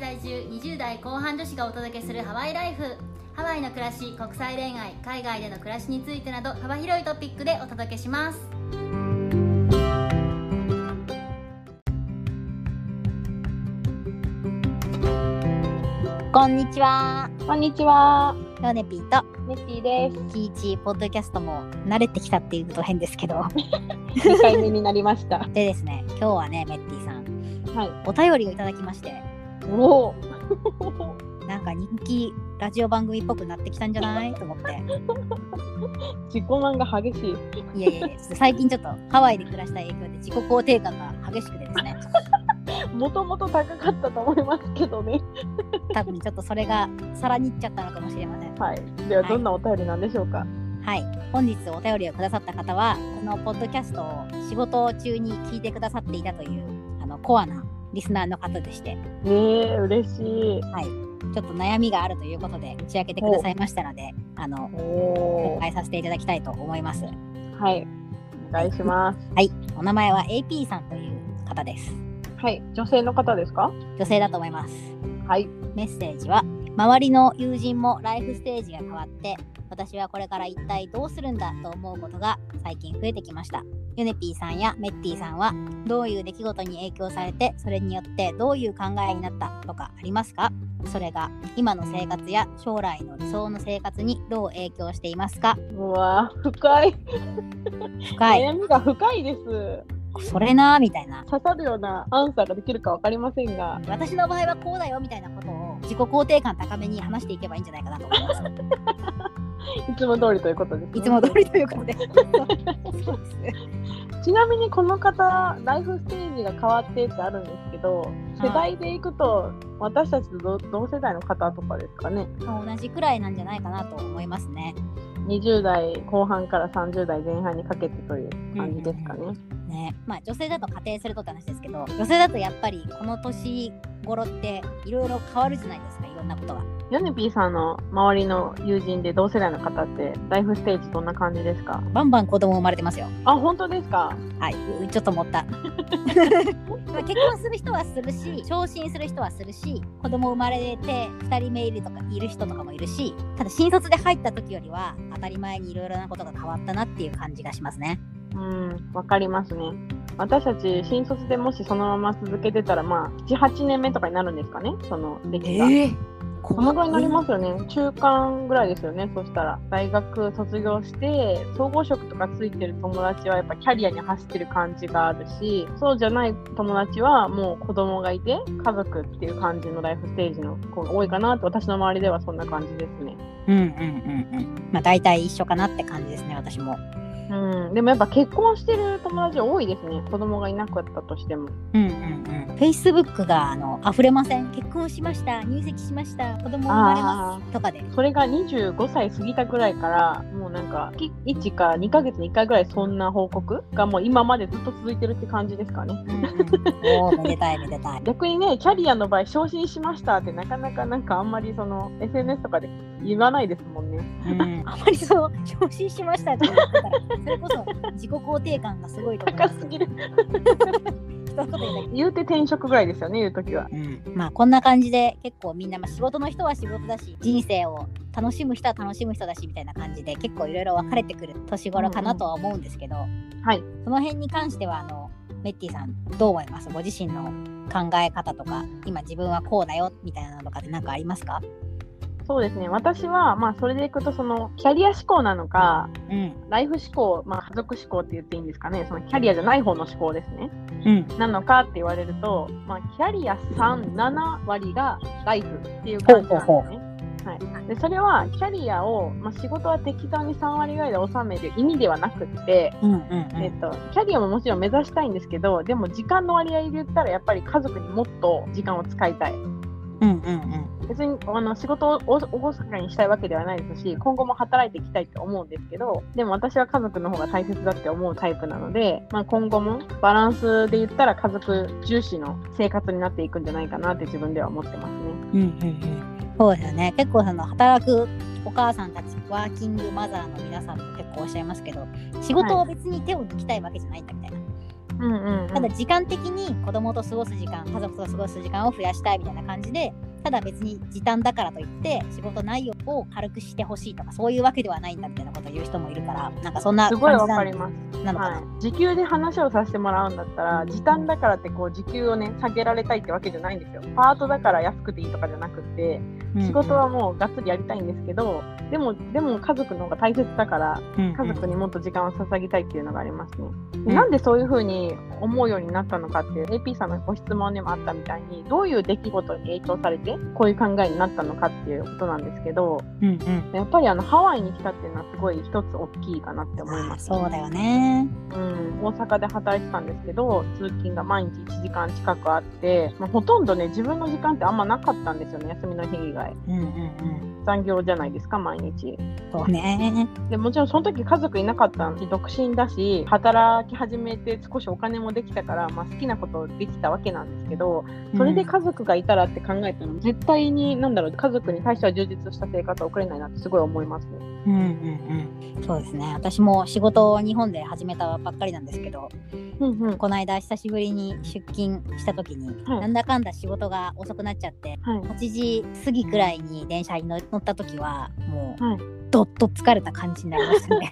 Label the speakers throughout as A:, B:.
A: 20代後半女子がお届けするハワイライフハワイの暮らし国際恋愛海外での暮らしについてなど幅広いトピックでお届けしますこんにちは
B: こんにちは、
A: ヨネピーと
B: ネ ッティです。
A: キイチポッドキャストも慣れてきたっていうと変ですけど
B: 2回目になりました。は
A: でですね今日はねメッティさん
B: い。
A: お便りをいただきまして
B: おお。
A: なんか人気ラジオ番組っぽくなってきたんじゃないと思って
B: 自己満が激しい。
A: いやいやいや最近ちょっとハワイで暮らした影響で自己肯定感が激しくてですね
B: もともと高かったと思いますけどね。
A: 多分ちょっとそれがさらにいっちゃったのかもしれません
B: はい。では
A: はい
B: どんなお便りなんでしょうか。
A: はい本日お便りをくださった方はこのポッドキャストを仕事中に聞いてくださっていたというあのコアなリスナーの方でして
B: ねえ、嬉しい。
A: ちょっと悩みがあるということで打ち明けてくださいましたのであの
B: お
A: 紹
B: お。
A: 介させていただきたいと思います
B: はい。お願いします。
A: はいお名前は AP さんという方です
B: はい。女性の方ですか。
A: 女性だと思います
B: はい。
A: メッセージは周りの友人もライフステージが変わって私はこれから一体どうするんだと思うことが最近増えてきましたヨネピーさんやメッティさんはどういう出来事に影響されてそれによってどういう考えになったとかありますかそれが今の生活や将来の理想の生活にどう影響していますか
B: うわー、深い。
A: 深い
B: 悩みが深いです。
A: それなーみたいな
B: 刺さるようなアンサーができるかわかりませんが。
A: 私の場合はこうだよみたいなことを自己肯定感高めに話していけばいいんじゃないかなと思い ます
B: いつも通りということです、ね。
A: いつも通りということでそうです
B: ちなみにこの方ライフステージが変わってってあるんですけど世代でいくと私たちと同同世代の方とかですかね
A: まあ同じくらいなんじゃないかなと思いますね。
B: 20代後半から30代前半にかけてという感じですかね、
A: ねまあ、女性だと仮定するとって話ですけど女性だとやっぱりこの年頃っていろいろ変わるじゃないですかいろんなことが。
B: ヨネピーさんの周りの友人で同世代の方ってライフステージどんな感じですか
A: バンバン子供生まれてますよ。
B: あ本当ですか
A: はいうちょっと思 った。まあ結婚する人はするし昇進する人はするし子供生まれて2人目いるとかいる人とかもいるしただ新卒で入った時よりは当たり前にいろいろなことが変わったなっていう感じがしますね。
B: うんわかりますね私たち新卒でもしそのまま続けてたらまあ78年目とかになるんですかねその歴が、
A: え
B: そのぐらいになりますよね、中間ぐらいですよね、そしたら、大学卒業して、総合職とかついてる友達は、やっぱキャリアに走ってる感じがあるし、そうじゃない友達は、もう子供がいて、家族っていう感じのライフステージの子が多いかなって、私の周りではそんな感じですね。
A: うんうんうんうん。まあ大体一緒かなって感じですね、私も。
B: うん、でもやっぱ結婚してる友達多いですね、子供がいなかったとしても。
A: うんうんうん。Facebook があの溢れません。結婚しました、入籍しました、子供生まれま
B: あ
A: すとかで。
B: それが25歳過ぎたぐらいから、もうなんか、月1か2ヶ月に1回ぐらいそんな報告がもう今までずっと続いてるって感じですかね。
A: うんうん、 おーめでたいめでたい。
B: 逆にねキャリアの場合昇進しましたってなかなかなんかあんまりその SNS とかで言わないですもんね
A: うん、あまりそう昇進しましたって言ったら、それこそ自己肯定感がすごいと思いま
B: 高
A: す。
B: すぎる
A: 一言で言うだけ
B: 言うて転職ぐらいですよね言う時は
A: うん、まあこんな感じで結構みんな、まあ、仕事の人は仕事だし人生を楽しむ人は楽しむ人だしみたいな感じで結構いろいろ分かれてくる年頃かなとは思うんですけど、
B: はい
A: その辺に関してはあのメッティさんどう思いますご自身の考え方とか今自分はこうだよみたいなのとかって何かありますか、
B: そうですね私はまあそれでいくとそのキャリア志向なのか
A: うん
B: ライフ志向まあ家族志向って言っていいんですかねそのキャリアじゃない方の志向ですね
A: うん、
B: なのかって言われると、まあ、キャリア37割がライフっていう感じなんですね。
A: ほうほう
B: はい、でそれはキャリアを、まあ、仕事は適当に3割ぐらいで収める意味ではなくって、
A: うんうん
B: えっと、キャリアももちろん目指したいんですけどでも時間の割合で言ったらやっぱり家族にもっと時間を使いたい
A: うんうんうん
B: 別にあの仕事をおおごそかにしたいわけではないですし今後も働いていきたいと思うんですけどでも私は家族の方が大切だって思うタイプなので、まあ、今後もバランスで言ったら家族重視の生活になっていくんじゃないかなって自分では思ってますね。
A: うんうんうんそうですよね結構その働くお母さんたちワーキングマザーの皆さんも結構おっしゃいますけど仕事を別に手を抜きたいわけじゃないんだみたいな、
B: うんうんうん
A: ただ時間的に子供と過ごす時間家族と過ごす時間を増やしたいみたいな感じでただ別に時短だからといって仕事内容を軽くしてほしいとかそういうわけではないんだみたいなことを言う人もいるからなんかそんな
B: すごい
A: 感じ
B: わ
A: な
B: か
A: ん
B: ります。
A: なのかな、
B: はい、時給で話をさせてもらうんだったら時短だからってこう時給をね下げられたいってわけじゃないんですよパートだから安くていいとかじゃなくて
A: うん
B: 仕事はもうがっつりやりたいんですけどでもでも家族の方が大切だから
A: うん
B: 家族にもっと時間を捧げたいっていうのがありますね、
A: うん
B: なんでそういうふうに思うようになったのかっていう AP さんのご質問にもあったみたいにどういう出来事に影響されてこういう考えになったのかっていうことなんですけど
A: うんうん
B: やっぱりあのハワイに来たっていうのはすごい一つ大きいかなって思い
A: あ
B: ま
A: ー
B: す
A: そうだよね
B: うん、大阪で働いてたんですけど通勤が毎日1時間近くあって、まあ、ほとんどね自分の時間ってあんまなかったんですよね休みの日以外
A: うんうんうん
B: 残業じゃないですか毎日
A: そうね
B: でもちろんその時家族いなかったし独身だし働き始めて少しお金もできたから、まあ、好きなことできたわけなんですけどそれで家族がいたらって考えたら絶対に何だろう家族に対しては充実した生活を送れないなってすごい思いますね
A: うんうんうんそうですね私も仕事を日本で始めたばっかりなんですけど
B: うんうん
A: この間久しぶりに出勤した時に、
B: はい
A: なんだかんだ仕事が遅くなっちゃって
B: はい
A: 8時過ぎくらいに電車に乗乗った時はもう、
B: はい
A: どっと疲れた感じになりました ね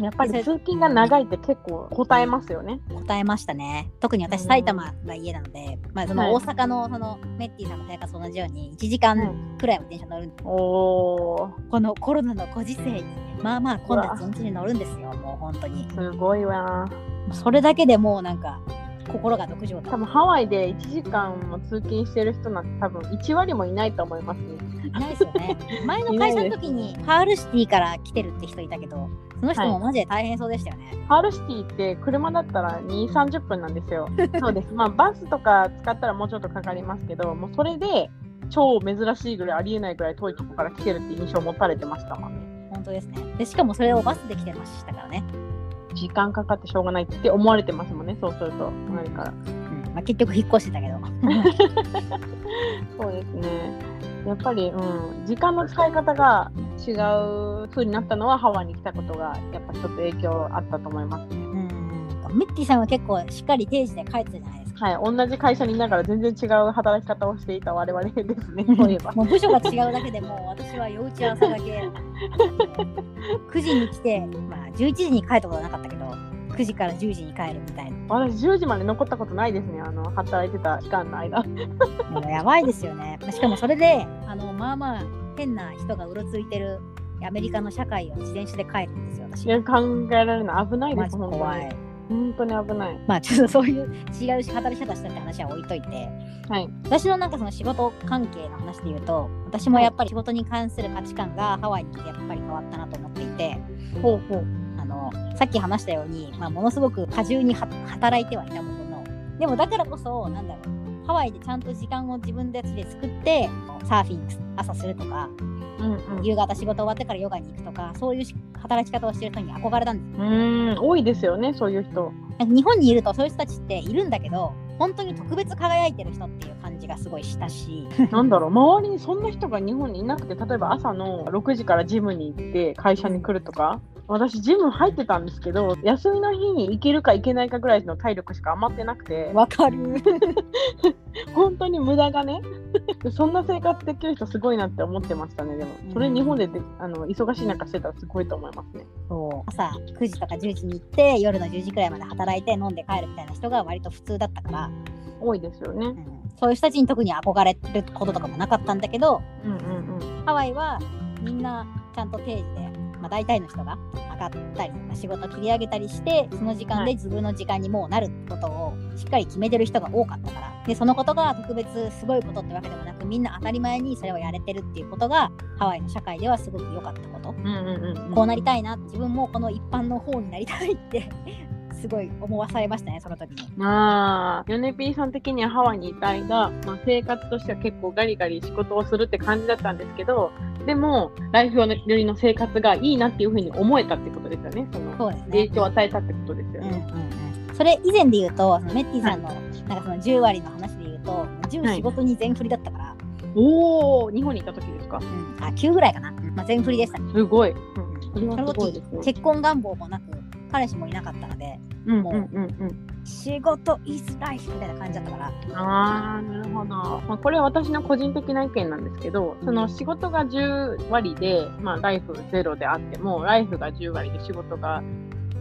B: やっぱり通勤が長いって結構答えますよね
A: 答えましたね特に私
B: うん
A: 埼玉が家なので、まあ、そ
B: は
A: の
B: い
A: 大阪のそのメッティさんの生活と同じように1時
B: は
A: 間くらいは電車乗る、
B: おー
A: このコロナのご時世にまあまあ混雑一日に乗るんですよもう本当に
B: すごいわ
A: それだけでもうなんか心が独上
B: 多
A: だ
B: 分ハワイで1時間も通勤してる人なんて多分1割もいないと思いますね
A: いないですよ ね前の会社の時にパールシティから来てるって人いたけどその人もマジで大変そうでしたよね、
B: パールシティって車だったら2、30分なんですよ。そうです。まあバスとか使ったらもうちょっとかかりますけど、もうそれで超珍しいぐらいありえないぐらい遠いとこから来てるって印象を持たれてましたもんね。
A: 本当ですねでしかもそれをバスで来てましたからね、
B: 時間かかってしょうがないって思われてますもんね、そうすると。ないか
A: う
B: ら。
A: んまあ、結局引っ越してたけど
B: そうですね。やっぱり、うん、時間の使い方が違う風になったのはハワイに来たことがやっぱ一つ影響あったと思いますね。
A: うんミッティさんは結構しっかり定時で帰ってたじゃないですか
B: はい、同じ会社にいながら全然違う働き方をしていた我々で すね、そういえば。
A: もう部署が違うだけで もう私は夜打ち朝だけ9時に来て、まあ、11時に帰ったことはなかったけど9時から10時に帰るみたいな
B: 私10時まで残ったことないですねあの働いてた期間の 間
A: もうやばいですよねまあしかもそれであのまあまあ変な人がうろついてるアメリカの社会を自転車で帰るんですよ私
B: いや考えられない危ない
A: マ
B: で
A: ジ
B: す本当
A: 怖
B: に
A: い
B: 本当に危ない
A: まあちょっとそういう違うし働き方したって話は置いといて
B: はい
A: 私のなんかその仕事関係の話で言うと私もやっぱり仕事に関する価値観がハワイに来てやっぱり変わったなと思っていて
B: ほうほう
A: あのさっき話したように、まあ、ものすごく過重には働いてはいたもののでもだからこそなんだろうハワイでちゃんと時間を自分たちで作ってサーフィン朝するとか
B: うんうん
A: 夕方仕事終わってからヨガに行くとかそういうし働き方をしてる人に憧れたんです
B: うーん多いですよねそういう人
A: なんか日本にいるとそういう人たちっているんだけど本当に特別輝いてる人っていう感じがすごいした し
B: なんだろう周りにそんな人が日本にいなくて例えば朝の6時からジムに行って会社に来るとか私ジム入ってたんですけど休みの日に行けるか行けないかぐらいの体力しか余ってなくて
A: わかる
B: 本当に無駄がね そんな生活できる人すごいなって思ってましたねでもそれ日本でであの忙しい中してたらすごいと思いますね
A: そう朝9時とか10時に行って夜の10時くらいまで働いて飲んで帰るみたいな人が割と普通だったから、
B: 多いですよね
A: うんそういう人たちに特に憧れることとかもなかったんだけど
B: うんうんうん
A: ハワイはみんなちゃんと定時で、まあ、大体の人が上がったり、まあ仕事切り上げたりしてその時間
B: は
A: で
B: い
A: 自分の時間にもうなるってことをしっかり決めてる人が多かったからでそのことが特別すごいことってわけでもなくみんな当たり前にそれをやれてるっていうことがハワイの社会ではすごく良かったこと。
B: うんうんうん
A: こうなりたいな自分もこの一般の方になりたいってすごい思わされましたねその時に。
B: ああ、ヨネピーさん的にはハワイにいた間、まあ、生活としては結構ガリガリ仕事をするって感じだったんですけど、でも、ライフよりの生活がいいなっていうふうに思えたってことですよね。その
A: そうです
B: 影
A: ね、
B: 響を与えたってことですよ
A: うんうん
B: ね。
A: うん、それ以前で言うとそのメッティさんの,、なんかその10割の話で言うと
B: は
A: 10
B: い
A: 仕事に全振りだったから、
B: おお、日本にいた時ですか。
A: うん、あ9ぐらいかな、まあ、全振りでしたね。
B: すごい。
A: うん
B: それはすごいですね
A: 結婚願望もなく彼氏もいなかったので
B: うんうん
A: もう
B: うん
A: 仕事 is life みたいな感じだったから
B: うん。ああ、なるほど。まあ、これは私の個人的な意見なんですけど、その仕事が10割で、まあ、ライフゼロであっても、ライフが10割で仕事が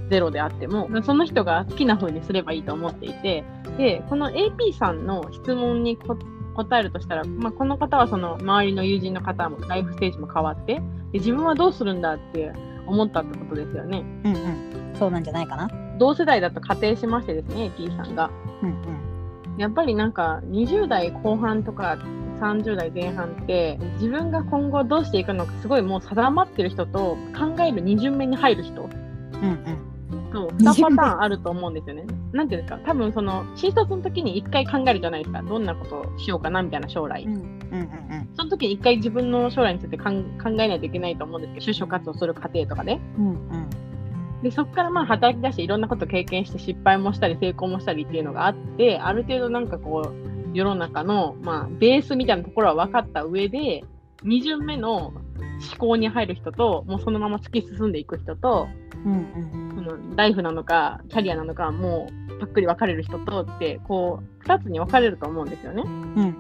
B: ゼロであっても、その人が好きな風にすればいいと思っていて、で、この AP さんの質問にこ答えるとしたら、まあ、この方はその周りの友人の方もライフステージも変わって、で自分はどうするんだって思ったってことですよね。
A: うんうんそうなんじゃないかな
B: 同世代だと仮定しましてですね、AP さんが。
A: うんうん
B: やっぱりなんか20代後半とか30代前半って自分が今後どうしていくのかすごいもう定まってる人と考える二巡目に入る人
A: うんうん
B: と2パ
A: 二
B: タ
A: 巡目
B: ーンあると思うんですよね。なんていうんですか多分その新卒の時に1回考えるじゃないですかどんなことをしようかなみたいな将来
A: うんうんうん
B: その時に1回自分の将来についてかん考えないといけないと思うんですけど就職活動する過程とかね
A: うんうん
B: でそこからまあ働き出していろんなことを経験して失敗もしたり成功もしたりっていうのがあってある程度なんかこう世の中のまあベースみたいなところは分かった上で2巡目の思考に入る人ともうそのまま突き進んでいく人と
A: うんうん
B: そのライフなのかキャリアなのかもうぱっくり分かれる人とってこう2つに分かれると思うんですよね。
A: うんうんうん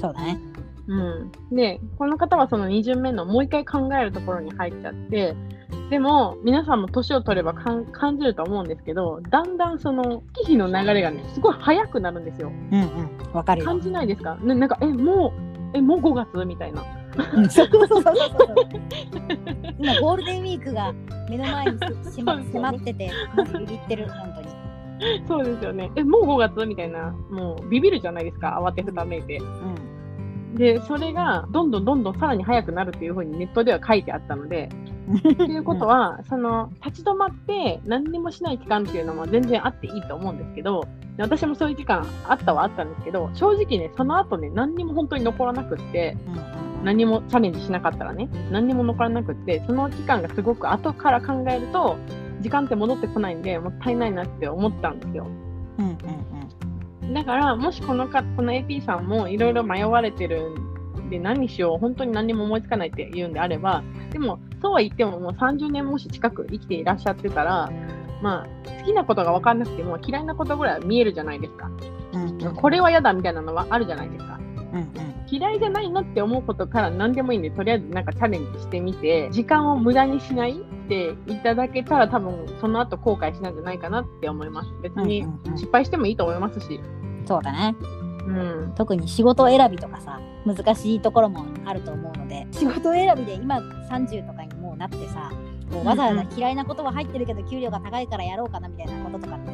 A: そうだね
B: うん、でこの方はその2巡目のもう一回考えるところに入っちゃってでも皆さんも年を取ればかん感じると思うんですけどだんだんその月日の流れがねすごい早くなるんですよ
A: うんうんわかるよ
B: 感じないですか、ね、なんかえもうえもう5月みたいな
A: うんそうそうそうそうそう。今ゴールデンウィークが目の前にしま迫ってて、マジビビってる本当に。
B: そうですよねえもう5月みたいなもうビビるじゃないですか慌てふためいて
A: うん
B: でそれがどんどんどんどんさらに早くなるっていうふうにネットでは書いてあったのでっていうことは、その立ち止まって何にもしない期間っていうのも全然あっていいと思うんですけどで私もそういう期間あったはあったんですけど正直ねその後ね何にも本当に残らなくって
A: うん
B: 何もチャレンジしなかったらね何にも残らなくってその期間がすごく後から考えると時間って戻ってこないんでもったいないなって思ったんですよ。
A: うんうん
B: だからもしこのかこの AP さんもいろいろ迷われてるんで何しよう本当に何も思いつかないって言うんであればでもそうは言ってももう30年もし近く生きていらっしゃってたら、まあ、好きなことが分かんなくても嫌いなことぐらいは見えるじゃないですか
A: うんうん。
B: これは嫌だみたいなのはあるじゃないですか
A: うんうん
B: 嫌いじゃないなって思うことから何でもいいんでとりあえずなんかチャレンジしてみて時間を無駄にしないっていただけたら多分その後後悔しないんじゃないかなって思います別
A: うん
B: に
A: うんうん
B: 失敗してもいいと思いますし。
A: そうだね
B: うん
A: 特に仕事選びとかさ難しいところもあると思うので仕事選びで今30とかにもうなってさこうわざわざ嫌いなことは入ってるけど給料が高いからやろうかなみたいなこととかって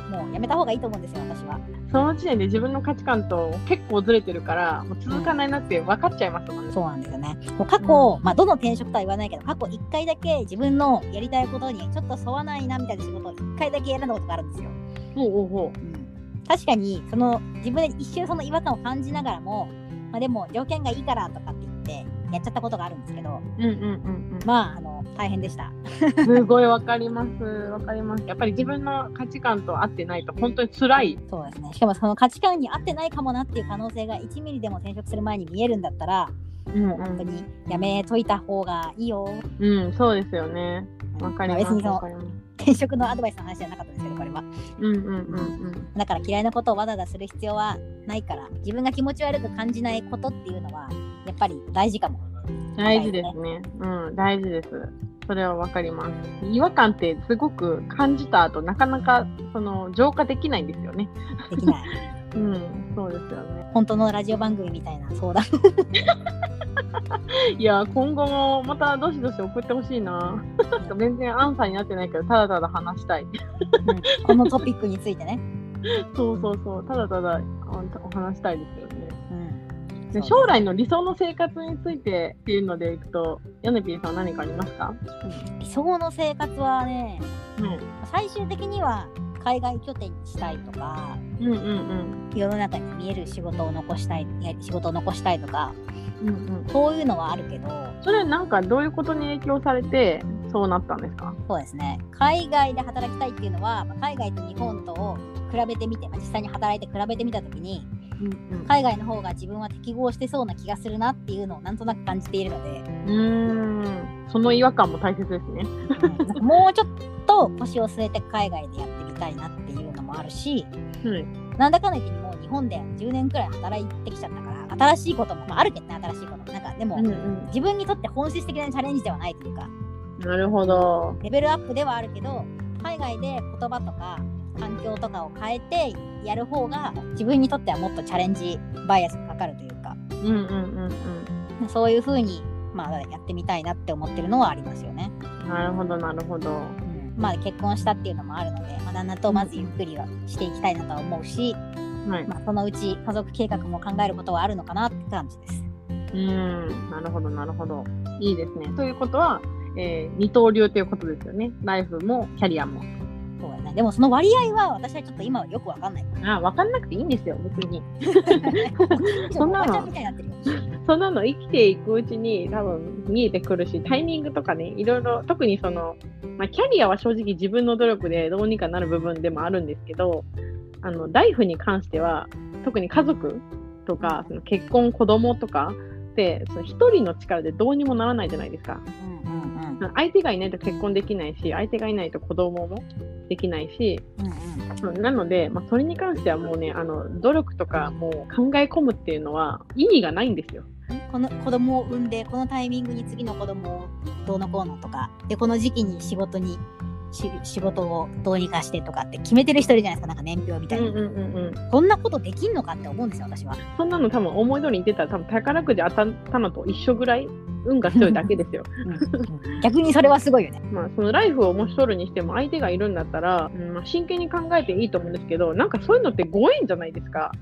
A: もうやめた方がいいと思うんですよ私は。
B: その時点で自分の価値観と結構ずれてるからもう続かないなって分かっちゃいますもんね。
A: そうなんですよね。こう過去、まあ、どの転職とは言わないけど、過去1回だけ自分のやりたいことにちょっと沿わないなみたいな仕事を1回だけ選んだことがあるんですよ。
B: ほうほうほ
A: 確かに、その自分で一瞬その違和感を感じながらも、まあ、でも条件がいいからとかって言って、やっちゃったことがあるんですけど、
B: う。うんうんうん
A: まあ、あの、大変でした。
B: うん。すごい分かります。分かります。やっぱり自分の価値観と合ってないと本当に辛い。
A: そうですね。しかもその価値観に合ってないかもなっていう可能性が1ミリでも転職する前に見えるんだったら、
B: うん
A: 本当にやめといた方がいいよ。
B: うん。うん、そうですよね。分かります。
A: 別にそ
B: 分
A: の
B: かります。
A: 転職のアドバイスの話じゃなかったですけど、これは。
B: うんうんうん
A: だから嫌いなことをわざわざする必要はないから自分が気持ち悪く感じないことっていうのはやっぱり大事かも。
B: うん。大事ですね。うん、大事です。それは分かります。違和感ってすごく感じた後なかなかその浄化できないんですよね。
A: でき ない。
B: うん、そうですよね。
A: 本当のラジオ番組みたいな 相談。
B: いや、今後もまたどしどし送ってほしいな。全然アンサーになってないけど、ただただ話 したい。
A: うんこのトピックについてね。
B: そうそうそう、ただただあお話したいですよね。
A: うん
B: で将来の理想の生活についてっていうのでいくと、ヨネピーさん何かありますか
A: 理想の生活はね
B: うん。
A: 最終的には海外拠点にしたいとか
B: うんうん
A: 世の中に見える仕事を残したいいや仕事を残したいとか
B: うん。うんうん、
A: そういうのはあるけど
B: それなんかどういうことに影響されてそうなったんですか
A: そうですね海外で働きたいっていうのはまあ海外と日本とを比べてみて、まあ実際に働いて比べてみた時に
B: うん
A: 海外の方が自分は適合してそうな気がするなっていうのをなんとなく感じているの で、
B: うーんその違和感も大切です
A: う
B: ね。
A: んなんかもうちょっと腰を据えて海外でやってみたいなっていうのもあるし
B: はい。
A: なんだかんだ言ってもう日本で10年くらい働いてきちゃったから新しいことも、まあ、あるけどね新しいこともなんかでも、
B: うんうん。
A: 自分にとって本質的なチャレンジではないというか
B: なるほど。
A: レベルアップではあるけど海外で言葉とか環境とかを変えてやる方が自分にとってはもっとチャレンジバイアスがかかるというか
B: うんうんうんう
A: そういう風にまあやってみたいなって思ってるのはありますよね。
B: ん。なるほどなるほど。
A: うん、まあ結婚したっていうのもあるので、まあ、旦那とまずゆっくりはしていきたいなとは思うし、
B: はい。
A: まあ、そのうち家族計画も考えることはあるのかなって感じです。
B: うん。なるほどなるほど。いいですね。ということは、えー、二刀流ということですよね。ライフもキャリアも。
A: そうやね、でもその割合は私はちょっと今はよくわかん ない。
B: あ、わかんなくていいんですよ別に。
A: そ
B: そ
A: ん
B: ん
A: な
B: なの
A: ちゃんみたいになってるよ。
B: そんなの生きていくうちに多分見えてくるし、タイミングとかね、いろいろ、特にその、まあ、キャリアは正直自分の努力でどうにかなる部分でもあるんですけど、あの、ライフに関しては、特に家族とか、その結婚、子供とかって、その一人の力でどうにもならないじゃないですか。
A: うんうん
B: 相手がいないと結婚できないし、相手がいないと子供もできないし、
A: うんうんうん
B: うんなので、まあ、それに関してはもうね、あの、努力とかもう考え込むっていうのは意味がないんですよ。
A: この子供を産んでこのタイミングに次の子供をどうのこうのとかでこの時期に仕事にし仕事をどうにかしてとかって決めてる人いるじゃないですかなんか年表みたいな、
B: うんうんうん。
A: こんなことできんのかって思うんですよ私 は
B: そんなの多分思い通りに出たら多分宝くじ当たったのと一緒ぐらい運が強いだけです よ。
A: 逆にそれはすごいよね
B: まあそのライフをもし取るにしても相手がいるんだったら、うんまあ、真剣に考えていいと思うんですけどなんかそういうのってご縁じゃないですか。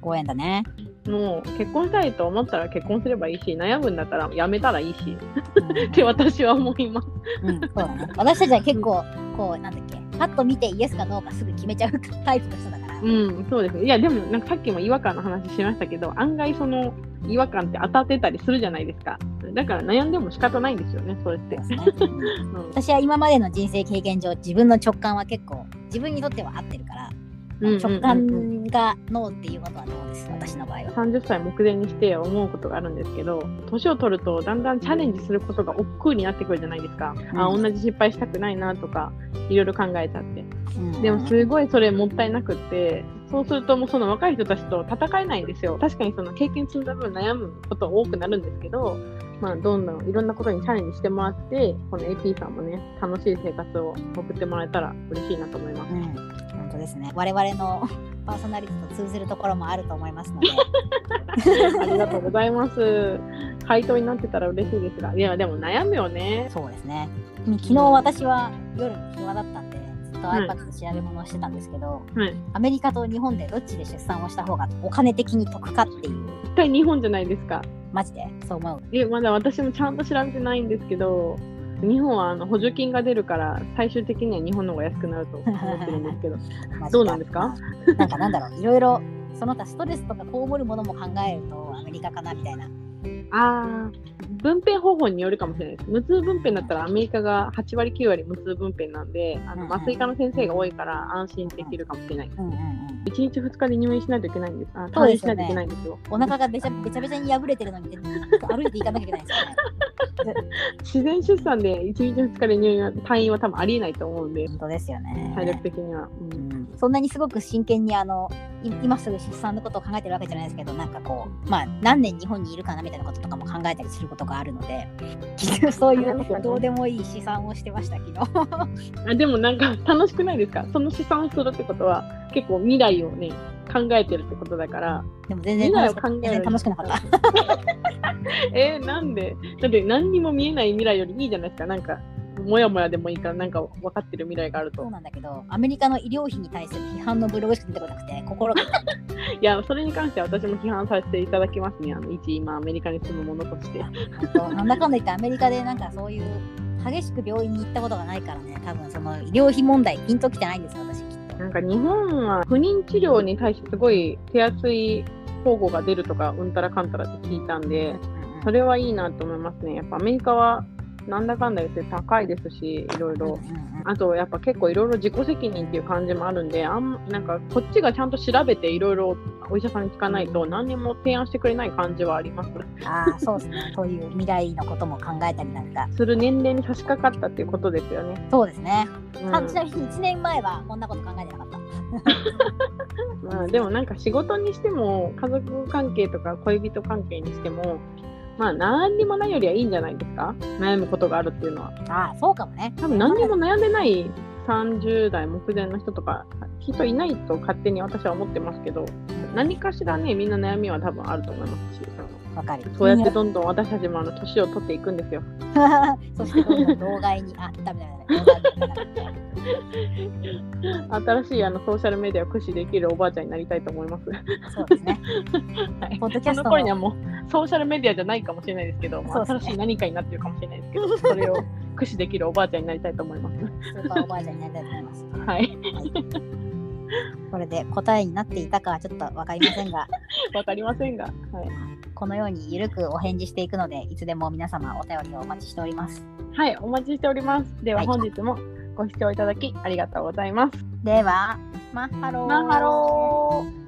A: ご縁だね
B: もう結婚したいと思ったら結婚すればいいし悩むんだったらやめたらいいし
A: うん
B: って私は思います。
A: うんそうだね私たちは結構こうなんだっけパッと見てイエスかノーかすぐ決めちゃうタイプの人だから、
B: うんそうですねいやでもなんかさっきも違和感の話しましたけど案外その違和感って当たってたりするじゃないですか。だから悩んでも仕方ないんですよねそれって
A: そう。ですね
B: うん
A: 私は今までの人生経験上自分の直感は結構自分にとっては合ってるから、
B: うんうんうん
A: 直感がノーっていうことはノーです私の場合は。
B: 30歳目前にして思うことがあるんですけど年を取るとだんだんチャレンジすることが億劫になってくるじゃないですか、あ
A: うん
B: 同じ失敗したくないなとかいろいろ考えちゃって
A: うん
B: でもすごいそれもったいなくってそうするともうその若い人たちと戦えないんですよ確かにその経験積んだ分悩むこと多くなるんですけど、まあ、どんどんいろんなことにチャレンジしてもらってこの AP さんもね楽しい生活を送ってもらえたら嬉しいなと思いま す
A: うん、本当ですね我々のパーソナリティと通ずるところもあると思います ので
B: ありがとうございます。回答になってたら嬉しいですが、いや、でも悩むよね。
A: そうですね昨日私は夜暇だったんでずっと iPad で調べ物をしてたんですけど、
B: はい
A: アメリカと日本でどっちで出産をした方がお金的に得かっていう
B: 絶対日本じゃないですか。
A: マジでそう思う
B: え、まだ私もちゃんと調べてないんですけど、日本はあの補助金が出るから、最終的には日本の方が安くなると思ってるんですけど、
A: マジ
B: どうなんですか
A: なんかなんだろういろいろその他ストレスとかこもるものも考えるとアメリカかなみたいな
B: あー、分配方法によるかもしれないです。無痛分配だったらアメリカが8割、9割無痛分配なんで、あ
A: う
B: の
A: んうん
B: 麻酔科の先生が多いから安心できるかもしれない。
A: うんうんうん
B: 1日2日で入院しないといけないんです。あ、
A: そう
B: 退
A: で
B: 院
A: す
B: し
A: よね
B: ないといけないんですよ。
A: お腹がべちゃべちゃべちゃに破れてるのに歩いていかなきゃいけないんですよね
B: 自然出産で1日2日で入院は退院は多分ありえないと思うんで
A: 本当ですよね
B: 体力的には、う
A: うんんそんなにすごく真剣にあのい今すぐ出産のことを考えてるわけじゃないですけどなんかこうまあ何年日本にいるかなみたいなこととかも考えたりすることがあるので結局そうい
B: ありますよ
A: う
B: ね
A: どうでもいい試算をしてました昨日
B: あでもなんか楽しくないですかその試算をするってことは結構未来をね考えてるってことだから
A: でも全然楽しか
B: 未来を考える
A: 全然楽しくなかった
B: えーなんでだって何にも見えない未来よりいいじゃないですかなんかもやもやでもいいからなんか分かってる未来がある
A: そう
B: と
A: なんだけどアメリカの医療費に対する批判のブログしか出てこなくて心が痛い
B: いやそれに関しては私も批判させていただきますねあの一今アメリカに住む者として
A: 本当 なんだかんだ言ってアメリカでなんかそういう激しく病院に行ったことがないからね多分その医療費問題ピンときてないんですよ私きっと
B: なんか日本は不妊治療に対してすごい手厚い保護が出るとかうんたらかんたらって聞いたんでそれはいいなと思いますね。やっぱアメリカはなんだかんだ言って高いですし、いろいろ
A: う。んうん
B: あとやっぱ結構いろいろ自己責任っていう感じもあるんで、あんなんかこっちがちゃんと調べていろいろなお医者さんに聞かないと何にも提案してくれない感じはあります
A: ああ、そうですね。そういう未来のことも考えたりなんか。
B: する年齢に差し掛かったっていうことですよね、
A: そうですね。
B: うん
A: あちなみに1年前はこんなこと考えてなかった。
B: まあ、でもなんか仕事にしても家族関係とか恋人関係にしてもまあ何にもないよりはいいんじゃないですか悩むことがあるっていうのは
A: ああ、そうかもね。
B: 多分何にも悩んでない30代目前の人とか人いないと勝手に私は思ってますけど何かしらねみんな悩みは多分あると思いますし
A: わかる。
B: そうやってどんどん私たちもあの年を取っていくんですよ
A: そしてどんどん老害に、あ、ダメだめだめだ。
B: 新しいあのソーシャルメディアを駆使できるおばあちゃんになりたいと思います、
A: そうですね。
B: はい、
A: ポッドキャストの
B: その頃にはもうソーシャルメディアじゃないかもしれないですけど、まあ
A: そうですね
B: 新しい何かになってるかもしれないですけどそれを駆使できるおばあちゃんになりたいと思います
A: スーパーおばあちゃんになりたいと思います。
B: はい
A: これで答えになっていたかはちょっとわかりません が、
B: わかりませんが、はい、
A: このようにゆるくお返事していくので、いつでも皆様お便りをお待ちしております。
B: はい、お待ちしております。で
A: は
B: はい本日もご視聴いただきありがとうございます。
A: では、マッハロー。
B: マンハロー。